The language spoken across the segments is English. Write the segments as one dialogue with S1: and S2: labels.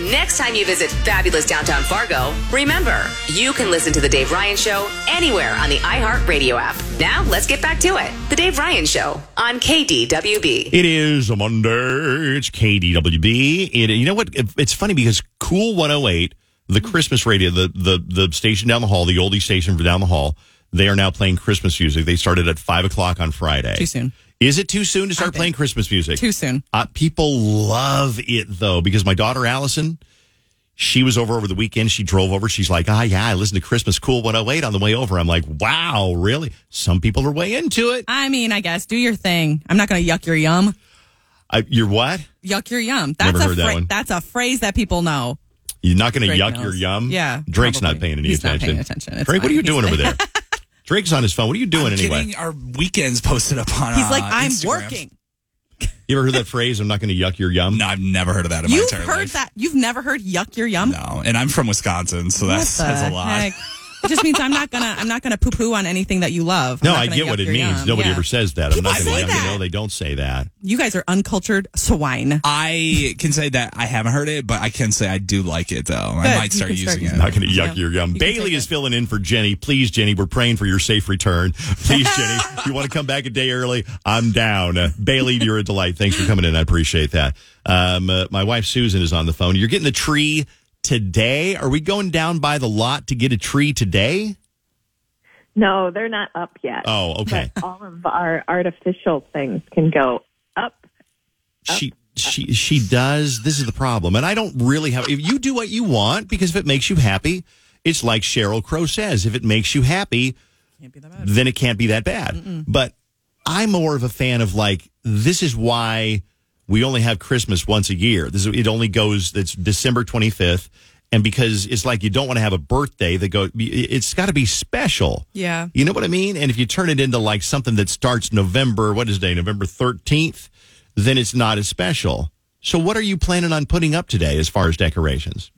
S1: Next time you visit fabulous downtown Fargo, remember, you can listen to The Dave Ryan Show anywhere on the iHeartRadio app. Now, let's get back to it. The Dave Ryan Show on KDWB.
S2: It is a Monday. It's KDWB. It, you know what? It's funny because Cool 108, the
S3: Hmm.
S2: Christmas radio, the, the, the station down the hall, the oldie station from down the hall, they are now playing Christmas music. They started at 5 o'clock on Friday.
S3: Too soon.
S2: Is it too soon to start playing Christmas music?
S3: Too soon.
S2: Uh, people love it though because my daughter Allison, she was over over the weekend. She drove over. She's like, ah, yeah, I listened to Christmas Cool 108 on the way over. I'm like, wow, really? Some people are way into it.
S3: I mean, I guess do your thing. I'm not going to yuck your yum.
S2: Uh, you're what?
S3: Yuck your yum. That's
S2: Never
S3: a
S2: heard that one.
S3: that's a phrase that people know.
S2: You're not going to
S3: Drake
S2: yuck
S3: knows.
S2: your yum?
S3: Yeah,
S2: Drake's not
S3: probably.
S2: paying any
S3: He's not
S2: attention.
S3: paying attention. It's
S2: Drake, what
S3: fine.
S2: are you
S3: He's
S2: doing over there?
S3: fine.
S2: Drake's on his phone. What are you doing anyway?
S4: Getting our weekends posted up on.
S3: He's
S4: uh,
S2: Ah,
S3: like, I'm
S4: Instagram.
S3: working.
S2: You ever heard that phrase? I'm not going to yuck your yum.
S4: No, I've never heard of that in
S3: You've
S4: my
S3: heard
S4: entire life.
S3: that. You've never heard yuck your yum.
S4: No, and I'm from Wisconsin, so
S3: What
S4: that says
S3: the
S4: a lot.
S3: heck? It just means I'm not gonna I'm not gonna poo poo on anything that you love. I'm
S2: No,
S3: not
S2: I
S3: gonna
S2: get
S3: yuck
S2: what it
S3: your
S2: means.
S3: yum.
S2: Nobody
S3: Yeah.
S2: ever says that. I'm not
S3: People
S2: going to
S3: say
S2: yuck
S3: that.
S2: your No, they don't say that.
S3: You guys are uncultured swine.
S4: I can say that I haven't heard it, but I can say I do like it though. I
S3: Good.
S4: might
S3: You can
S4: start
S3: start
S4: using
S3: using
S4: it.
S2: Not going to yuck
S3: Yeah.
S2: your yum.
S3: You can
S2: Bailey
S3: take
S2: is
S3: it.
S2: filling in for Jenny. Please, Jenny, we're praying for your safe return. Please, Jenny, if you want to come back a day early, I'm down. Uh, Bailey, you're a delight. Thanks for coming in. I appreciate that. Um, uh, my wife Susan is on the phone. You're getting a tree today. Are we going down by the lot to get a tree today?
S5: No, they're not up yet.
S2: Oh, okay.
S5: But all of our artificial things can go up.
S2: she she she does this is the problem and i don't really have if you do what you want because if it makes you happy it's like cheryl crow says if it makes you happy then it can't be that bad but i'm more of a fan of like this is why we only have christmas once a year this is, it only goes it's december 25th and because it's like you don't want to have a birthday that go it's got to be special
S3: Yeah.
S2: you know what I mean? And if you turn it into like something that starts November, what is today, November 13th, then it's not as special. So what are you planning on putting up today as far as decorations?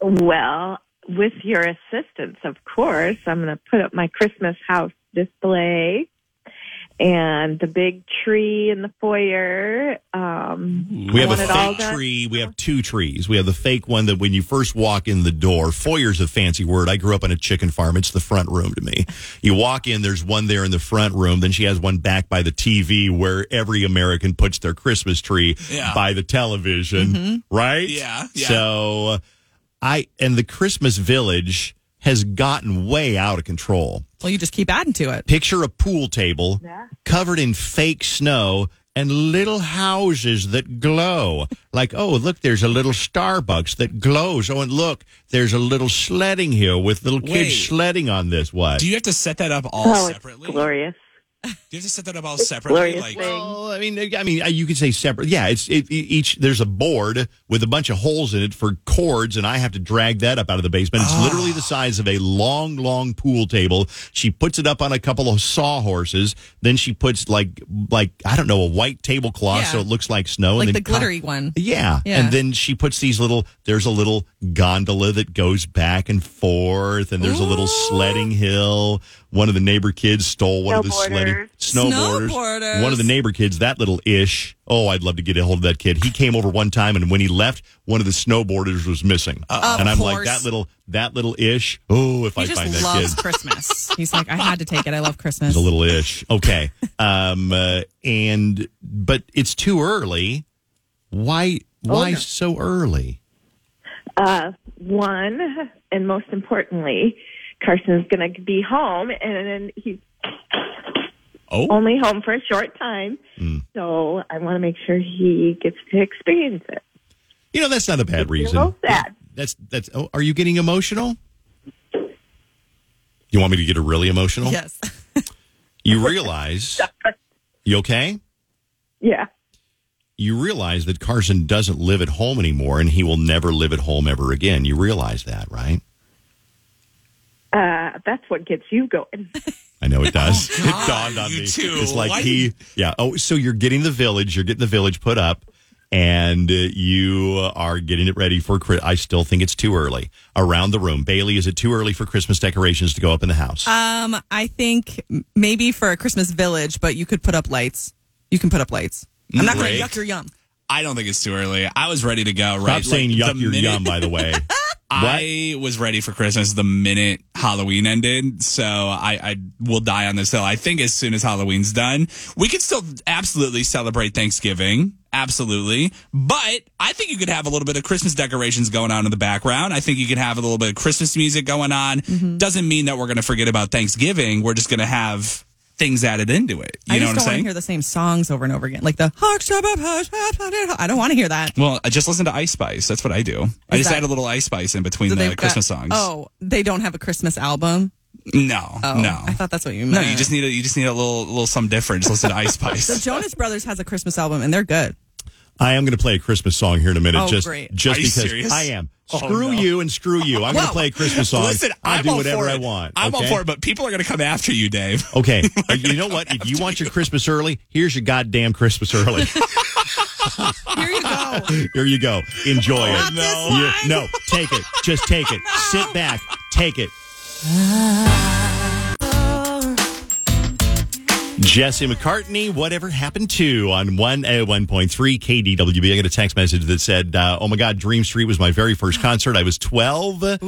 S5: Well, with your assistance, of course, I'm going to put up my Christmas house display and the big tree in the foyer. Um,
S2: We
S5: I
S2: have a
S5: want it all
S2: fake
S5: done.
S2: tree. We have two trees. We have the fake one that when you first walk in the door, foyer's a fancy word. I grew up on a chicken farm. It's the front room to me. You walk in, there's one there in the front room. Then she has one back by the TV where every American puts their Christmas tree
S4: Yeah. Mm-hmm.
S2: by the television, right?
S4: Yeah, yeah.
S2: So uh, I, and the Christmas village has gotten way out of control
S3: Well, you just keep adding to it.
S2: picture a pool table covered in fake snow and little houses that glow. Like, oh, look, there's a little Starbucks that glows. Oh, and look, there's a little sledding here with little kids
S4: Wait.
S2: sledding on this. What?
S4: Do you have to set that up all
S5: Oh, it's
S4: separately?
S5: glorious.
S4: Do you have to set that up all separately?
S5: glorious
S4: Like,
S5: thing.
S2: well, I mean, I mean, uh, you could say separate. Yeah, it's it, e, each. There's a board with a bunch of holes in it for cords, and I have to drag that up out of the basement. It's literally
S3: Ah.
S2: the size of a long, long pool table. She puts it up on a couple of sawhorses. Then she puts like, like I don't know, a white tablecloth
S3: Yeah.
S2: so it looks like snow,
S3: Like
S2: and
S3: the
S2: then co-
S3: glittery one.
S2: yeah.
S3: Yeah.
S2: And then she puts these little, there's a little gondola that goes back and forth, and there's a little sledding hill. One of the neighbor kids stole one of the sledding snowboarders.
S3: Snowboarders.
S2: One of the neighbor kids, that little ish. Oh, I'd love to get a hold of that kid. He came over one time, and when he left, one of the snowboarders was missing.
S3: Of
S2: and I'm like,
S3: course.
S2: that little, that little ish. Oh, if
S3: He
S2: I find
S3: just
S2: that
S3: loves
S2: kid.
S3: Christmas. He's like, I had to take it. I love Christmas.
S2: It's a little ish. Okay. Um, uh, and but it's too early. Why?
S3: Oh,
S2: Why so early?
S5: Uh, one, and most importantly, Carson's going to be home, and then he's
S2: Oh.
S5: only home for a short time.
S2: Mm.
S5: So I want to make sure he gets to experience it.
S2: You know that's not a bad reason.
S5: little sad.
S2: That's that's. Oh, are you getting emotional? You want me to get a really emotional?
S3: yes.
S2: You realize. you okay?
S5: Yeah.
S2: You realize that Carson doesn't live at home anymore, and he will never live at home ever again. You realize that, right?
S5: Uh, that's what gets you going.
S2: I know it does.
S4: Oh, God,
S2: it dawned on
S4: you
S2: me.
S4: too.
S2: It's like
S4: Why
S2: he,
S4: did-
S2: yeah. Oh, so you're getting the village. You're getting the village put up, and uh, you are getting it ready for. Chri- I still think it's too early around the room. Bailey, is it too early for Christmas decorations to go up in the house?
S3: Um, I think m- maybe for a Christmas village, but you could put up lights. You can put up lights. I'm not going
S2: Great.
S3: to yuck your yum.
S4: I don't think it's too early. I was ready to go. Right,
S2: Stop
S4: Like,
S2: saying yuck
S4: the
S2: your
S4: minute-
S2: yum, by the way.
S4: I was ready for Christmas the minute Halloween ended, so I, I will die on this hill. I think as soon as Halloween's done, we could still absolutely celebrate Thanksgiving, absolutely. But I think you could have a little bit of Christmas decorations going on in the background. I think you could have a little bit of Christmas music going on.
S3: Mm-hmm.
S4: Doesn't mean that we're going to forget about Thanksgiving. We're just going to have things added into it. You
S3: I just
S4: know what I'm
S3: don't want to
S4: saying?
S3: hear the same songs over and over again, like the hush, hush, hush, hush, hush. I don't want to hear that.
S4: well, I just listen to Ice Spice. That's what I do. I
S3: Is
S4: just
S3: that-
S4: add a little Ice Spice in between
S3: So
S4: the
S3: they've got-
S4: Christmas songs.
S3: Oh, they don't have a Christmas album.
S4: no,
S3: Oh,
S4: no.
S3: I thought that's what you
S4: No,
S3: meant.
S4: you just need a you just need a little little something different. Just listen to Ice
S3: the
S4: Spice.
S3: Jonas Brothers has a Christmas album, and they're good.
S2: I am going to play a Christmas song here in a minute.
S3: Oh,
S2: just
S3: great.
S2: just
S4: Are you
S2: because
S4: serious?
S2: I am.
S4: Oh,
S2: screw
S4: no.
S2: you and screw you. I'm going to
S3: Whoa.
S2: play a Christmas song.
S4: Listen,
S2: I'll
S4: I'm
S2: do
S4: all
S2: whatever
S4: for
S2: I
S4: it.
S2: want.
S4: I'm all
S2: okay?
S4: for it, but people are going to come after you, Dave.
S2: Okay. Uh, you know what? If you want your Christmas early, here's your goddamn Christmas early.
S3: Here you go.
S2: Here you go. Enjoy it.
S3: Not this
S2: no.
S3: one.
S2: You- no, take it. Just take it. Sit back. Take it. Jesse McCartney, whatever happened to on uh, 101.3 KDWB? I got a text message that said, uh, Oh my God, Dream Street was my very first concert. I was 12.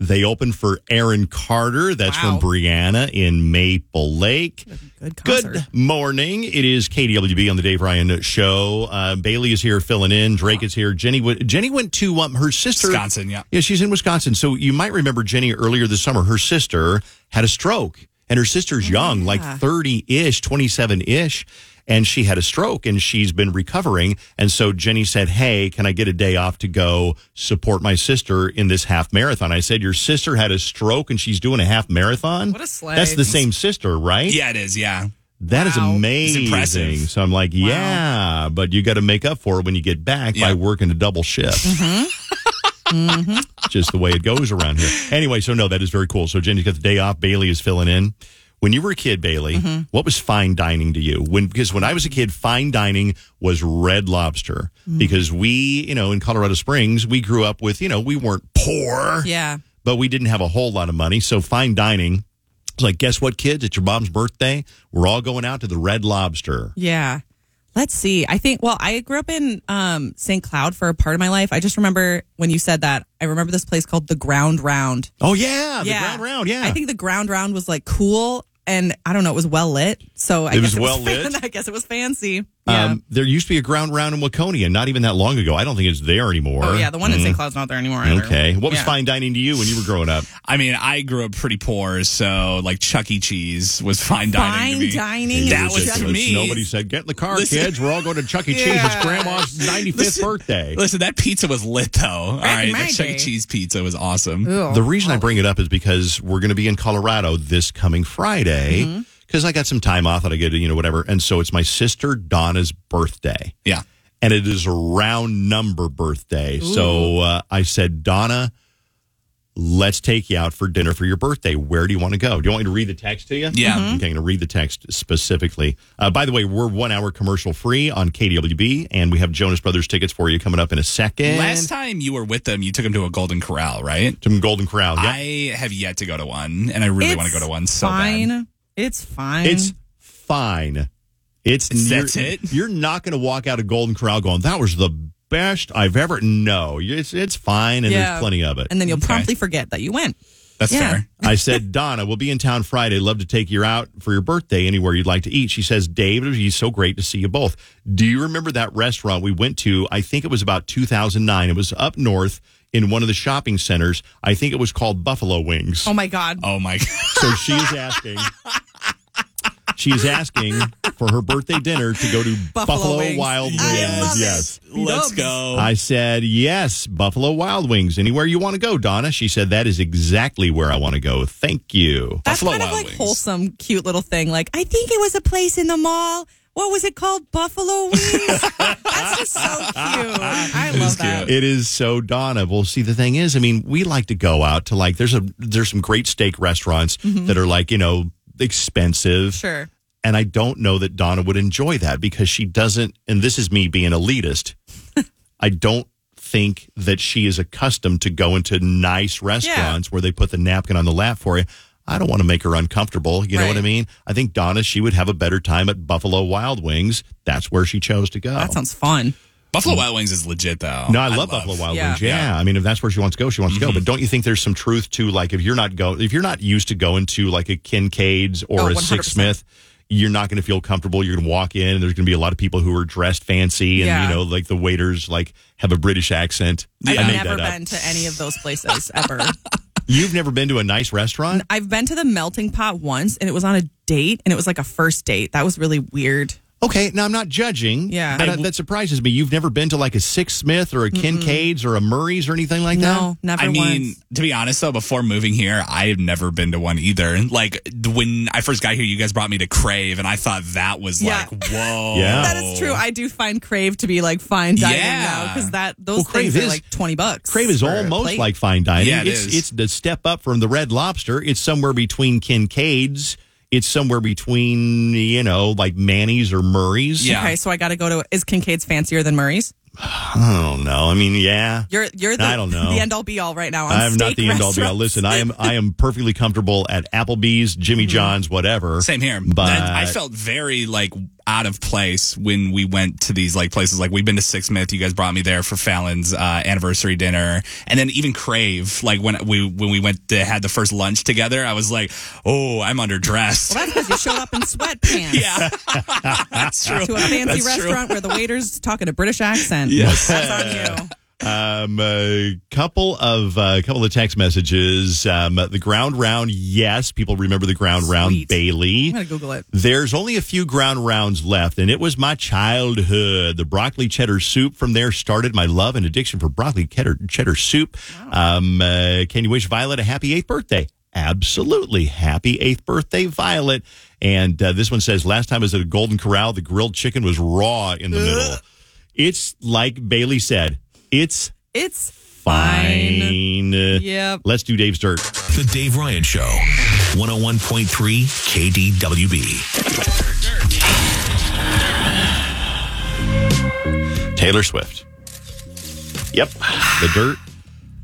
S2: They opened for Aaron Carter. That's
S3: Wow.
S2: from Brianna in Maple Lake.
S3: Good concert.
S2: Good morning. It is KDWB on the Dave Ryan Show. Uh, Bailey is here filling in. Drake is here. Jenny w- Jenny went to um, her sister.
S4: Wisconsin, yeah.
S2: Yeah, she's in Wisconsin. So you might remember Jenny earlier this summer. Her sister had a stroke, and her
S3: Oh,
S2: sister's young, like 30 ish, 27 ish. And she had a stroke and she's been recovering. And so Jenny said, Hey, can I get a day off to go support my sister in this half marathon? I said, Your sister had a stroke and she's doing a half marathon?
S3: What a slay.
S2: That's the same sister, right?
S4: Yeah, it is. Yeah,
S2: That is
S3: Wow.
S2: amazing.
S4: It's impressive.
S2: So I'm like, yeah, but you got to make up for it when you get back by
S4: Yeah. Mm-hmm.
S2: working a double shift. Mm-hmm. Just the way it goes around here. Anyway, so no, that is very cool. So Jenny got the day off. Bailey is filling in. When you were a kid, Bailey,
S4: Mm-hmm.
S2: what was fine dining to you? When because when I was a kid, fine dining was Red Lobster
S4: Mm.
S2: because we, you know, in Colorado Springs, we grew up with, you know, we weren't poor
S3: Yeah.
S2: but we didn't have a whole lot of money. So fine dining. It's like, guess what, kids? It's your mom's birthday. We're all going out to the Red Lobster.
S3: Yeah. Let's see. I think, well, I grew up in um, St. Cloud for a part of my life. I just remember when you said that, I remember this place called the Ground Round.
S2: Oh yeah, the ground round. Yeah,
S3: I think the Ground Round was like cool and I don't know, it was well lit. So I
S2: It
S3: guess
S2: was well lit?
S3: I guess it was fancy. Yeah.
S2: um, there used to be a ground round in Waconia not even that long ago. I don't think it's there anymore.
S3: oh, yeah. The one in
S4: mm-hmm.
S3: St. Cloud's not there anymore. either.
S2: Okay, what was
S3: Yeah.
S2: fine dining to you when you were growing up?
S4: I mean, I grew up pretty poor, so like Chuck E. Cheese was fine dining.
S3: Fine
S4: to me.
S3: dining is
S4: That was
S3: just-
S4: to
S2: Ridiculous.
S4: me.
S2: Nobody said, "Get in the car,
S4: Listen-
S2: kids. We're all going to Chuck E. Cheese. It's
S3: Yeah.
S2: Grandma's ninety fifth
S4: Listen-
S2: birthday."
S4: Listen, that pizza was lit though. All
S3: Back
S4: right,
S3: in
S4: that
S3: my
S4: Chuck E.
S3: day.
S4: Cheese pizza was awesome.
S3: Ooh.
S2: The reason I bring it up is because we're going to be in Colorado this coming Friday because I got some time off that I get, you know, whatever. And so it's my sister Donna's birthday,
S4: Yeah,
S2: and it is a round number birthday. So uh, I said, Donna, let's take you out for dinner for your birthday. Where do you want to go? Do you want me to read the text to you?
S4: Yeah. Mhm.
S2: Okay, I'm going to read the text specifically. Uh, by the way, we're one hour commercial free on KDWB, and we have Jonas Brothers tickets for you coming up in a second.
S4: last time you were with them, you took them to a Golden Corral, right?
S2: Some Golden Corral. Yep.
S4: I have yet to go to one, and I really want to go to one so
S3: fine.
S4: bad.
S3: It's fine.
S2: It's fine. It's
S4: It's- that's
S2: you're-
S4: it?
S2: You're not going to walk out of Golden Corral going, "That was the best I've ever." No, it's it's fine, and
S3: Yeah.
S2: there's plenty of it.
S3: and then you'll
S4: Okay.
S3: promptly forget that you went.
S4: That's
S3: Yeah.
S4: fair.
S2: I said, Donna, we'll be in town Friday. Love to take you out for your birthday anywhere you'd like to eat. She says, Dave, it was so great to see you both. Do you remember that restaurant we went to? I think it was about 2009. It was up north in one of the shopping centers. I think it was called Buffalo Wings.
S3: Oh my God.
S4: Oh my god.
S2: So she is asking. She is asking for her birthday dinner to go to Buffalo,
S3: Buffalo Wings.
S2: Wild Wings.
S3: I love it.
S2: yes.
S4: Let's
S3: Dubs.
S4: go.
S2: I said, yes, Buffalo Wild Wings. Anywhere you want to go, Donna. She said, that is exactly where I want to go. Thank you.
S3: That's
S4: Buffalo
S3: kind of
S4: Wild
S3: like
S4: Wings.
S3: wholesome, cute little thing. Like I think it was a place in the mall. What was it called? Buffalo Wings. That's just so cute. I
S4: It is
S3: love that.
S4: cute.
S2: It is so Donna. Well, see, the thing is, I mean, we like to go out to like, there's a, there's some great steak restaurants
S3: Mm-hmm.
S2: that are like, you know, expensive.
S3: Sure.
S2: And I don't know that Donna would enjoy that because she doesn't, and this is me being elitist, I don't think that she is accustomed to going to nice restaurants where they put the napkin on the lap for you. I don't want to make her uncomfortable. You know what I
S3: Right.
S2: mean? I think
S4: Oh.
S2: Donna, she would have a better time at Buffalo Wild Wings. That's where she chose to go.
S3: That sounds fun.
S4: Buffalo Wild Wings is legit though.
S2: No, I, love, Buffalo Wild
S3: Oh, Yeah.
S2: Wings.
S3: Mm-hmm.
S2: Yeah. I mean, if that's where she wants to go, she wants to go. But don't you think there's some truth to like if you're not go if you're not used to going to like a Kincaid's or
S3: Oh,
S2: a
S3: 100%.
S2: Six Smith, you're not going to feel comfortable. You're going to walk in and there's going to be a lot of people who are dressed fancy and
S3: Yeah.
S2: you know like the waiters like have a British accent. I
S3: I've
S2: made
S3: never
S2: that up.
S3: been to any of those places ever.
S2: You've never been to a nice restaurant?
S3: I've been to the melting pot once and it was on a date and it was like a first date. That was really weird.
S2: Okay, now I'm not judging.
S3: Yeah.
S2: but, uh, that surprises me. You've never been to like a Six Smith or a Kincaid's or a Murray's or anything like that.
S3: No, never
S4: I mean,
S3: once.
S4: to be honest though, before moving here, I have never been to one either. Like when I first got here, you guys brought me to Crave, and I thought that was
S3: Yeah.
S4: like, whoa,
S2: Yeah.
S3: That is true. I do find Crave to be like fine dining
S4: oh. Yeah.
S3: now because that those
S2: Well, Crave
S3: things are
S2: is-
S3: like twenty bucks.
S2: Crave is
S3: for a
S2: almost
S3: plate.
S2: like fine dining.
S4: Yeah, it
S2: it's
S4: is.
S2: it's the step up from the Red Lobster. It's somewhere between Kincaid's. It's somewhere between you know like Manny's or Murray's.
S4: Yeah.
S3: Okay, so I got to go to. Is Kincaid's fancier than Murray's?
S2: I don't know. I mean, yeah.
S3: You're you're the
S2: I don't know.
S3: the end all be all right now. On
S2: I'm not
S3: steak
S2: the end all be all.
S3: restaurants.
S2: Listen, I am I am perfectly comfortable at Applebee's, Jimmy
S3: Mm-hmm.
S2: John's, whatever.
S4: Same here.
S2: But
S4: And I felt very like out of place when we went to these like places. Like we've been to Six Myth. You guys brought me there for Fallon's uh, anniversary dinner, and then even Crave. Like when we when we went to had the first lunch together, I was like, oh, I'm underdressed.
S3: Well, that's because you showed up in sweatpants.
S4: yeah, that's true.
S3: To a fancy
S4: That's true.
S3: restaurant where the waiter's talking a British accent.
S4: Yes.
S3: That's on you.
S2: Um, a couple of uh, couple of text messages. Um, the ground round, yes, people remember the ground round.
S3: Sweet.
S2: Bailey,
S3: I'm gonna Google it.
S2: There's only a few ground rounds left, and it was my childhood. The broccoli cheddar soup from there started my love and addiction for broccoli cheddar, cheddar soup. Um, uh, can you wish Violet a happy eighth birthday? Absolutely. Happy eighth birthday, Violet. And uh, this one says, last time I was at a Golden Corral, the grilled chicken was raw in the middle. It's like Bailey said, it's
S3: It's
S2: fine. Uh,
S3: fine. Yep.
S2: Let's do Dave's Dirt.
S6: The Dave Ryan Show, 101.3 KDWB.
S2: Taylor Swift. Yep. The Dirt.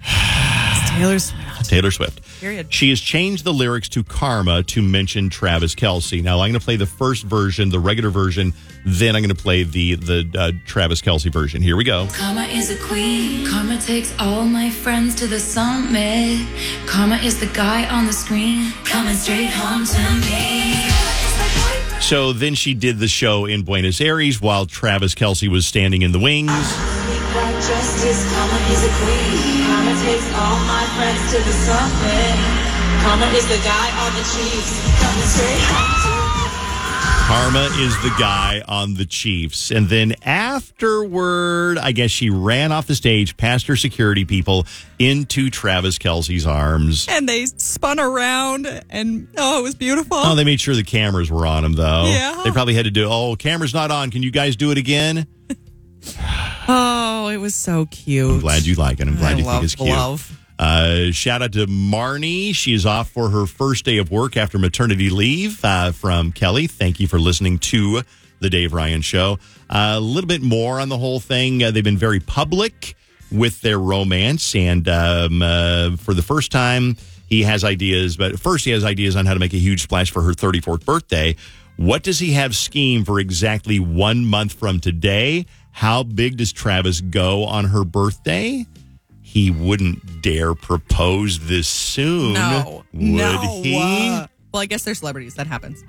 S3: It's Taylor Swift.
S2: Taylor Swift.
S3: Period.
S2: She has changed the lyrics to Karma to mention Travis Kelsey. Now I'm going to play the first version, the regular version. Then I'm going to play the the uh, Travis Kelsey version. Here we go.
S7: Karma is a queen. Karma takes all my friends to the summit. Karma is the guy on the screen. Coming straight home to me.
S2: So then she did the show in Buenos Aires while Travis Kelsey was standing in the wings.
S8: Black justice, karma is a queen. Karma takes all my friends to the summit. Karma is the guy on the Chiefs. Coming straight home to me.
S2: Karma is the guy on the Chiefs. And then afterward, I guess she ran off the stage past her security people into Travis Kelsey's arms.
S3: And they spun around, and oh, it was beautiful.
S2: Oh, they made sure the cameras were on him, though.
S3: Yeah.
S2: They probably had to do, oh, camera's not on. Can you guys do it again?
S3: Oh, it was so cute.
S2: I'm glad you like it. I'm glad
S3: I
S2: you
S3: love
S2: think it's cute.
S3: love.
S2: Uh, shout out to Marnie. She is off for her first day of work after maternity leave uh, from Kelly. Thank you for listening to the Dave Ryan Show. Uh, a little bit more on the whole thing. Uh, they've been very public with their romance, and um, uh, for the first time, he has ideas. But first, he has ideas on how to make a huge splash for her 34th birthday. What does he have scheme for exactly one month from today? How big does Travis go on her birthday? he wouldn't dare propose this soon.
S3: No,
S2: Would
S3: no.
S2: he?
S3: uh, well, I guess they're celebrities. That happens.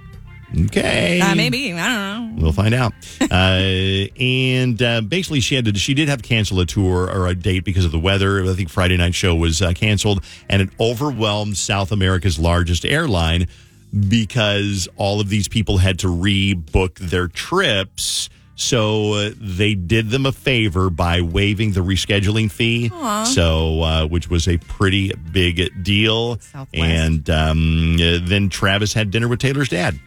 S2: Okay.
S3: Uh, maybe I don't know.
S2: We'll find out. uh, and uh, basically, she had to, she did have to cancel a tour or a date because of the weather. I think Friday night show was uh, canceled, and it overwhelmed South America's largest airline because all of these people had to rebook their trips. So uh, they did them a favor by waiving the rescheduling fee. So, uh, which was a pretty big deal.
S3: Southwest.
S2: And um, uh, then Travis had dinner with Taylor's dad.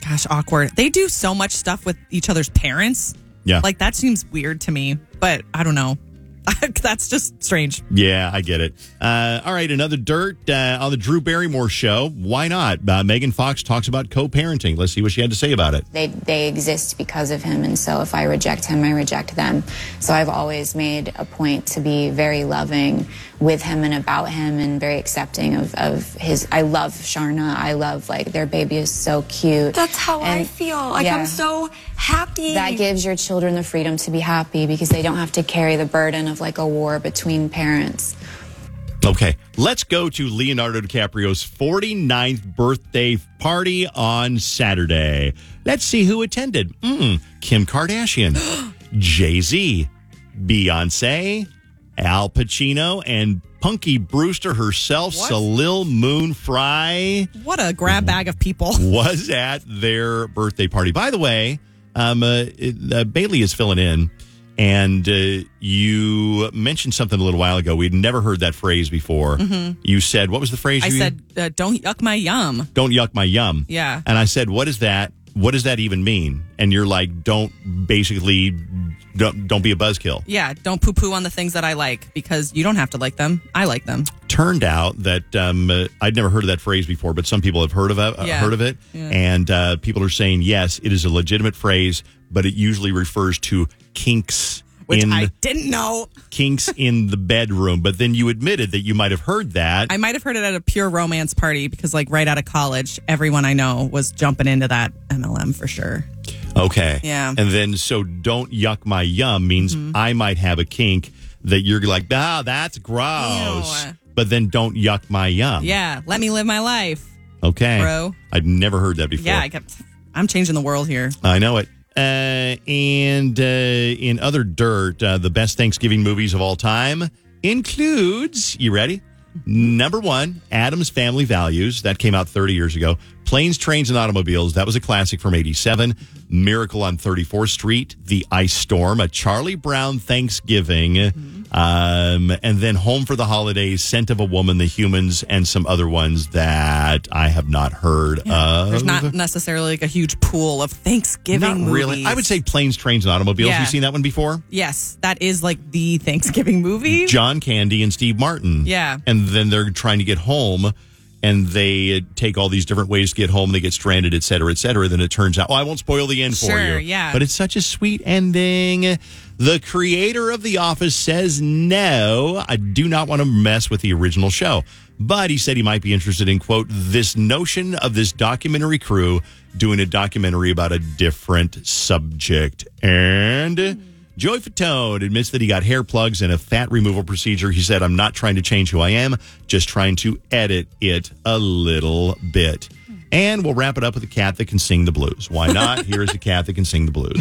S3: Gosh, awkward. They do so much stuff with each other's parents.
S2: Yeah.
S3: Like that seems weird to me, but I don't know. That's just strange.
S2: Yeah, I get it. Uh, all right, another dirt uh, on the Drew Barrymore show. Why not? Uh, Megan Fox talks about co-parenting. Let's see what she had to say about it.
S9: They, they exist because of him. And so if I reject him, I reject them. So I've always made a point to be very loving with him and about him and very accepting of, of his. I love Sharna. I love, like, their baby is so cute.
S10: That's how I
S9: And-
S10: feel. Like
S9: Yeah.
S10: I'm so happy.
S9: That gives your children the freedom to be happy because they don't have to carry the burden of like a war between parents.
S2: Okay, let's go to Leonardo DiCaprio's 49th birthday party on Saturday. Let's see who attended. Mm, Kim Kardashian, Jay Z, Beyonce, Al Pacino, and Punky Brewster herself, Salil Moon Fry.
S3: What a
S2: Mm-hmm.
S3: grab bag of people.
S2: was at their birthday party. By the way, um, uh, it- uh, Bailey is filling in, and uh, you mentioned something a little while ago. We'd never heard that phrase before. You said, "What was the phrase?"
S3: Mm-hmm. I
S2: you
S3: said, uh, don't yuck my yum.
S2: "Don't yuck my yum."
S3: Yeah.
S2: and I said, "What is that? What does that even mean?" And you're like, "Don't basically, don't, don't be a buzzkill."
S3: Yeah, don't poo poo on the things that I like because you don't have to like them. I like them.
S2: turned out that um, uh, I'd never heard of that phrase before, but some people have heard of it, uh,
S3: Yeah.
S2: heard of it,
S3: Yeah.
S2: and uh, people are saying yes, it is a legitimate phrase, but it usually refers to kinks
S3: Which
S2: in
S3: I didn't know.
S2: kinks in the bedroom. But then you admitted that you might have heard that.
S3: I might have heard it at a pure romance party because, like, right out of college, everyone I know was jumping into that MLM for sure.
S2: okay,
S3: Yeah. Mm-hmm.
S2: and then so don't yuck my yum means I might have a kink that you're like, ah, that's gross.
S3: Ew.
S2: But then don't yuck my yum.
S3: Yeah, let me live my life.
S2: Okay.
S3: Bro.
S2: I've never heard that before.
S3: Yeah, I kept. I'm changing the world here.
S2: I know it. Uh, and uh, in other dirt, uh, the best Thanksgiving movies of all time includes, you ready? Number one, Adam's Family Values. That came out 30 years ago. Planes, Trains, and Automobiles. That was a classic from 87. Miracle on 34th Street. The Ice Storm. A Charlie Brown Thanksgiving. Um, and then Home for the Holidays, Scent of a Woman, The Humans, and some other ones that I have not heard of.
S3: There's not necessarily like a huge pool of Thanksgiving movies.
S2: I would say planes, trains, and automobiles.
S3: Yeah.
S2: You've seen that one before?
S3: yes, that is like the Thanksgiving movie.
S2: John Candy and Steve Martin.
S3: Yeah.
S2: And then they're trying to get home and they take all these different ways to get home. They get stranded, et cetera, et cetera. Then it turns out, oh, I won't spoil the end for you.
S3: Sure, yeah.
S2: But it's such a sweet ending. The creator of The Office says, no, I do not want to mess with the original show. But he said he might be interested in, quote, this notion of this documentary crew doing a documentary about a different subject. And. Joey Fatone admits that he got hair plugs and a fat removal procedure. He said, I'm not trying to change who I am, just trying to edit it a little bit. And we'll wrap it up with a cat that can sing the blues. Why not? Here is a cat that can sing the blues.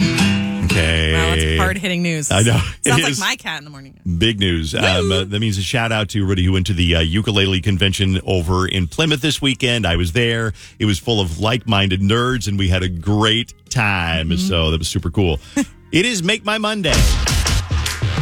S2: Okay.
S3: Wow, that's hard hitting news.
S2: I know. It
S3: Sounds
S2: is.
S3: like my cat in the morning.
S2: Big news. Um, uh, that means a shout out to everybody who went to the uh, ukulele convention over in Plymouth this weekend. I was there. It was full of like minded nerds, and we had a great time. So that was super cool. it is Make My Monday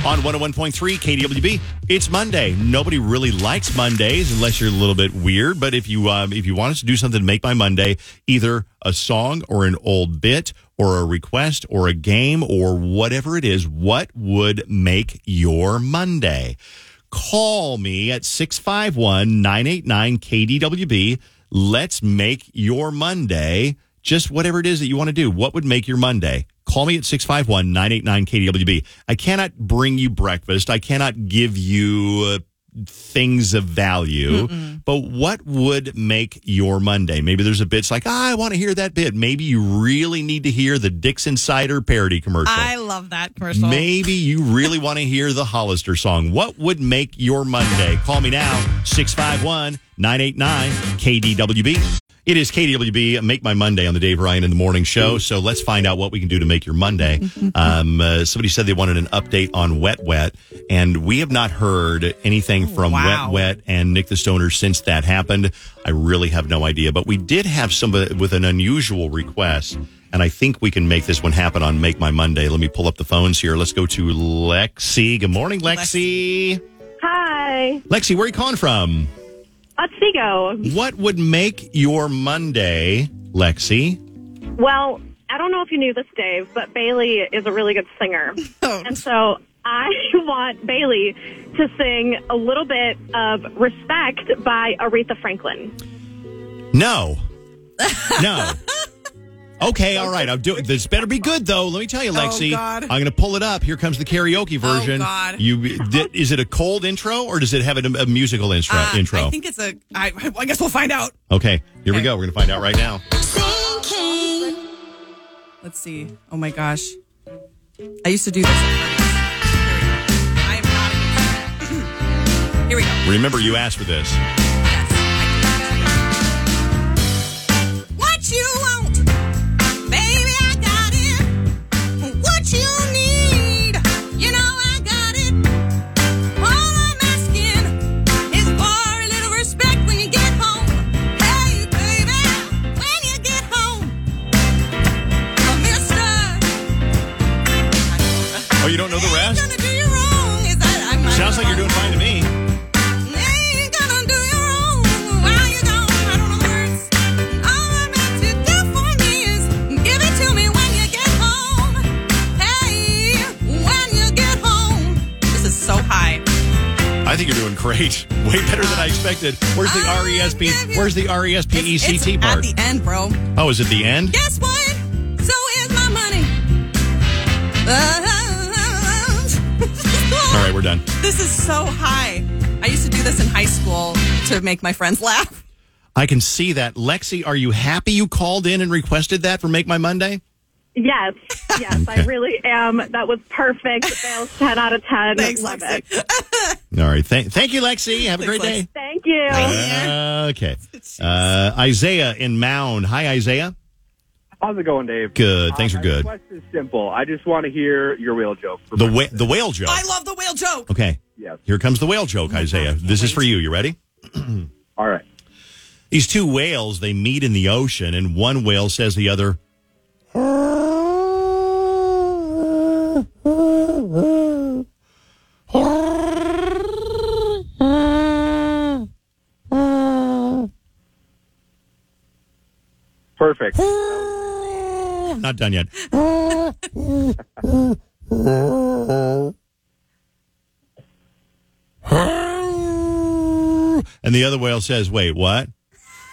S2: on 101.3 KDWB. It's Monday. Nobody really likes Mondays unless you're a little bit weird. But if you um, if you want us to do something to make my Monday, either a song or an old bit or a request or a game or whatever it is, what would make your Monday? Call me at 651 989 KDWB. Let's make your Monday just whatever it is that you want to do. What would make your Monday? Call me at 651 989 KDWB. I cannot bring you breakfast. I cannot give you uh, things of value. But what would make your Monday? Maybe there's a bit it's like, "Ah, I want to hear that bit. Maybe you really need to hear the Dixon Cider parody commercial.
S3: I love that commercial.
S2: Maybe you really want to hear the Hollister song. What would make your Monday? Call me now, 651 989 KDWB. It is KDWB, Make My Monday on the Dave Ryan in the Morning Show. So let's find out what we can do to make your Monday. Um, uh, somebody said they wanted an update on Wet Wet, and we have not heard anything from
S3: wow.
S2: Wet Wet. Brett and Nick the Stoner since that happened. I really have no idea, but we did have somebody with an unusual request. And and I think we can make this one happen on Make My Monday. Let me pull up the phones here. Let's go to Lexi. Good morning, Lexi.
S5: Hi,
S2: Lexi, where are you calling from?
S5: Otsego.
S2: What would make your Monday, Lexi?
S5: Well, I don't know if you knew this, Dave, but Bailey is a really good singer. And so I want Bailey to sing a little bit of Respect by Aretha Franklin.
S2: No. No. Okay, all right. I'll do it. This better be good, though. Let me tell you, Lexi.
S3: Oh, God. Oh,
S2: I'm going to pull it up. Here comes the karaoke version.
S3: God.
S2: You di- is it a cold intro or does it have a, a musical intro?
S3: Uh,
S2: intro.
S3: I think it's a. I, I guess we'll find out.
S2: okay, here we go. We're going to find out right now.
S3: Let's see. Oh my gosh. I used to do this. I am not a good singer. Here we go.
S2: Remember, you asked for this.
S3: Yes, I do. What you want, baby, I got it. What you need, you know I got it. All I'm asking is for a little respect when you get home. Hey, baby, when you get home, a mister.
S2: Oh, you don't know the
S3: ain't
S2: rest?
S3: gonna do you wrong. Is that- I might
S2: Sounds
S3: be
S2: like you're
S3: wrong.
S2: doing fine to me.
S3: Ain't gonna do you wrong. Why you gone? I don't know words. All I'm meant to do for me is give it to me when you get home. Hey, when you get home. This is so high.
S2: I think you're doing great. Way better than I expected. Where's the
S3: I'll
S2: R E S P?
S3: give you-
S2: Where's the R E S P E C T part?
S3: end, bro.
S2: Oh, is it the end?
S3: Guess what? So is my money.
S2: All right, we're done.
S3: This is so high. I used to do this in high school to make my friends laugh.
S2: I can see that. Lexi, are you happy you called in and requested that for Make My Monday?
S5: Yes, yes, I really am. That was perfect. That was 10 out of 10.
S3: Thanks,
S5: Love
S3: Lexi.
S5: it.
S2: All right. Thank, thank you, Lexi. Have a
S3: Thanks,
S2: great day.
S5: Thank you.
S2: Uh, okay. Uh, Isaiah in Mound. Hi, Isaiah.
S10: How's it going, Dave?
S2: Good. Things are
S10: My
S2: good.
S10: request is simple. I just want to hear your whale joke. For
S2: The
S10: my-
S2: wh- the whale joke.
S3: I love the whale joke.
S2: Okay.
S10: Yes.
S2: Here comes the whale joke, Isaiah. This is for you. You ready?
S10: All right.
S2: These two whales, they meet in the ocean, and one whale says to the other,
S10: Perfect.
S2: not done yet. And the other whale says, wait, what?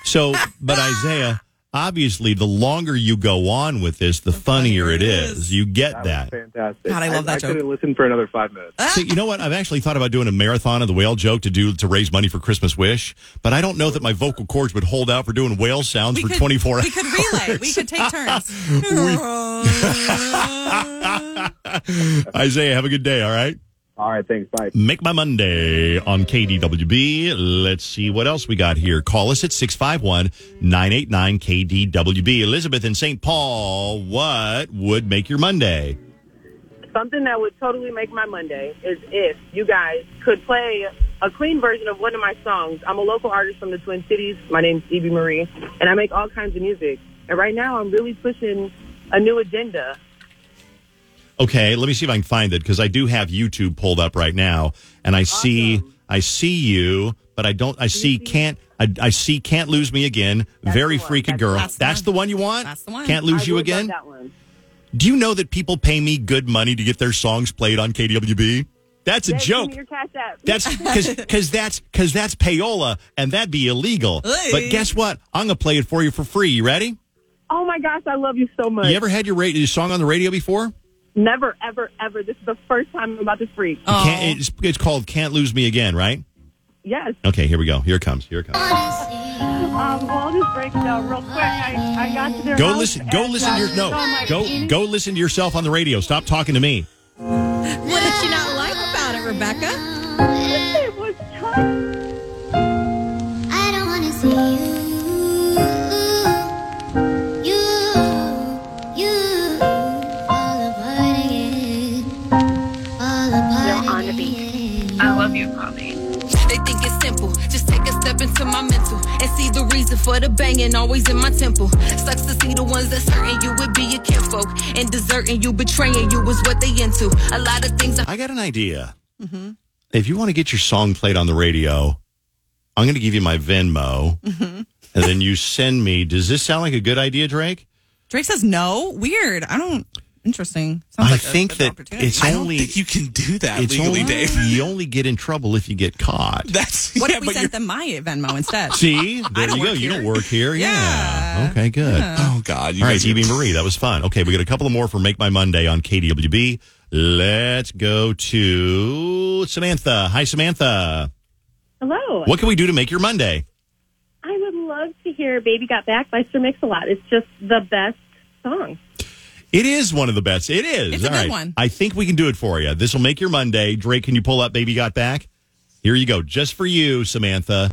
S2: So, but Isaiah, obviously, the longer you go on with this, the funnier it is. You get that.
S10: Fantastic.
S3: God, I love that
S10: I,
S3: joke.
S10: I could have listened for another five minutes.
S2: See, you know what? I've actually thought about doing a marathon of the whale joke to do to raise money for Christmas Wish, but I don't know that my vocal cords would hold out for doing whale sounds for
S3: could-
S2: 24
S3: We could relay. We could take turns.
S2: Isaiah, have a good day, all right?
S10: All right. Thanks. Bye.
S2: Make my Monday on KDWB. Let's see what else we got here. Call us at 651 989 KDWB. Elizabeth in St. Paul, what would make your Monday?
S11: Something that would totally make my Monday is if you guys could play a clean version of one of my songs. I'm a local artist from the Twin Cities. My name's Evie Marie, and I make all kinds of music. And right now, I'm really pushing a new agenda.
S2: Okay, let me see if I can find it because I do have YouTube pulled up right now, and I see I see you, but I don't. I see can't. I, I see can't lose me again. Very
S11: the one.
S2: freaking
S11: Mm-hmm. That's-
S2: girl.
S3: that's
S2: That's,
S3: the
S2: the one you want.
S3: That's the one.
S2: Can't lose
S11: I
S2: you
S11: would love
S2: again.
S11: That one.
S2: Do you know that people pay me good money to get their songs played on KWB? That's a
S11: Dave, give
S2: joke.
S11: me your Cash App.
S2: That's because because that's because that's payola, and that'd be illegal.
S3: Hey.
S2: But guess what? I'm gonna play it for you for free. You ready?
S11: Oh my gosh, I love you so much.
S2: You ever had your, ra- your song on the radio before?
S11: Never, ever, ever. This is the first time I'm about to freak.
S12: Oh.
S2: Can't, it's, it's called "Can't Lose Me Again," right?
S11: Yes.
S2: Okay, here we go. Here it comes. Here it comes.
S11: Um, well, I'll just break it down real quick. I, I got to their
S2: Go
S11: house
S2: listen. Go
S11: and,
S2: listen
S11: uh,
S2: to your
S5: Oh
S11: saw my-
S2: no. Go go listen to yourself on the radio. Stop talking to me.
S3: What did you not like about it, Rebecca?
S11: It was tough.
S8: I don't wanna see you, you, you fall apart again, fall apart again.
S5: I love you, Connie.
S3: They think it's simple. Just take a step into my mental and see the reason for the banging always in my temple. Sucks to see the ones that certain you would be your kinfolk and deserting you, betraying you is what they into. A lot of things
S2: I got an idea.
S3: Mm-hmm.
S2: If you want to get your song played on the radio, I'm going to give you my Venmo,
S12: Mm-hmm.
S2: and then you send me. Does this sound like a good idea, Drake?
S12: Drake says no. Weird. I don't. Interesting. Sounds
S2: I
S12: like a
S2: think
S12: good
S2: that
S12: opportunity.
S2: it's only
S4: you can do that legally,
S2: only,
S4: Dave.
S2: You only get in trouble if you get caught.
S4: That's
S12: What if we sent them my Venmo instead?
S2: See,
S12: I
S2: there
S12: don't
S2: you go.
S12: work
S2: You
S12: here.
S2: don't work here. Yeah. Okay, good.
S12: Yeah. Oh,
S4: God.
S2: All right, EB Marie, that was fun. Okay, we got a couple of more for Make My Monday on KDWB. Let's go to Samantha. Hi, Samantha.
S5: Hello.
S2: What can we do to make your Monday?
S5: I would love to hear Baby Got Back by Sir Mix-a-Lot. It's just the best song.
S2: It is one of the best. It is.
S5: It's a
S2: All
S5: good
S2: right.
S5: one.
S2: I think we can do it for you. This will make your Monday. Drake, can you pull up Baby Got Back? Here you go. Just for you, Samantha.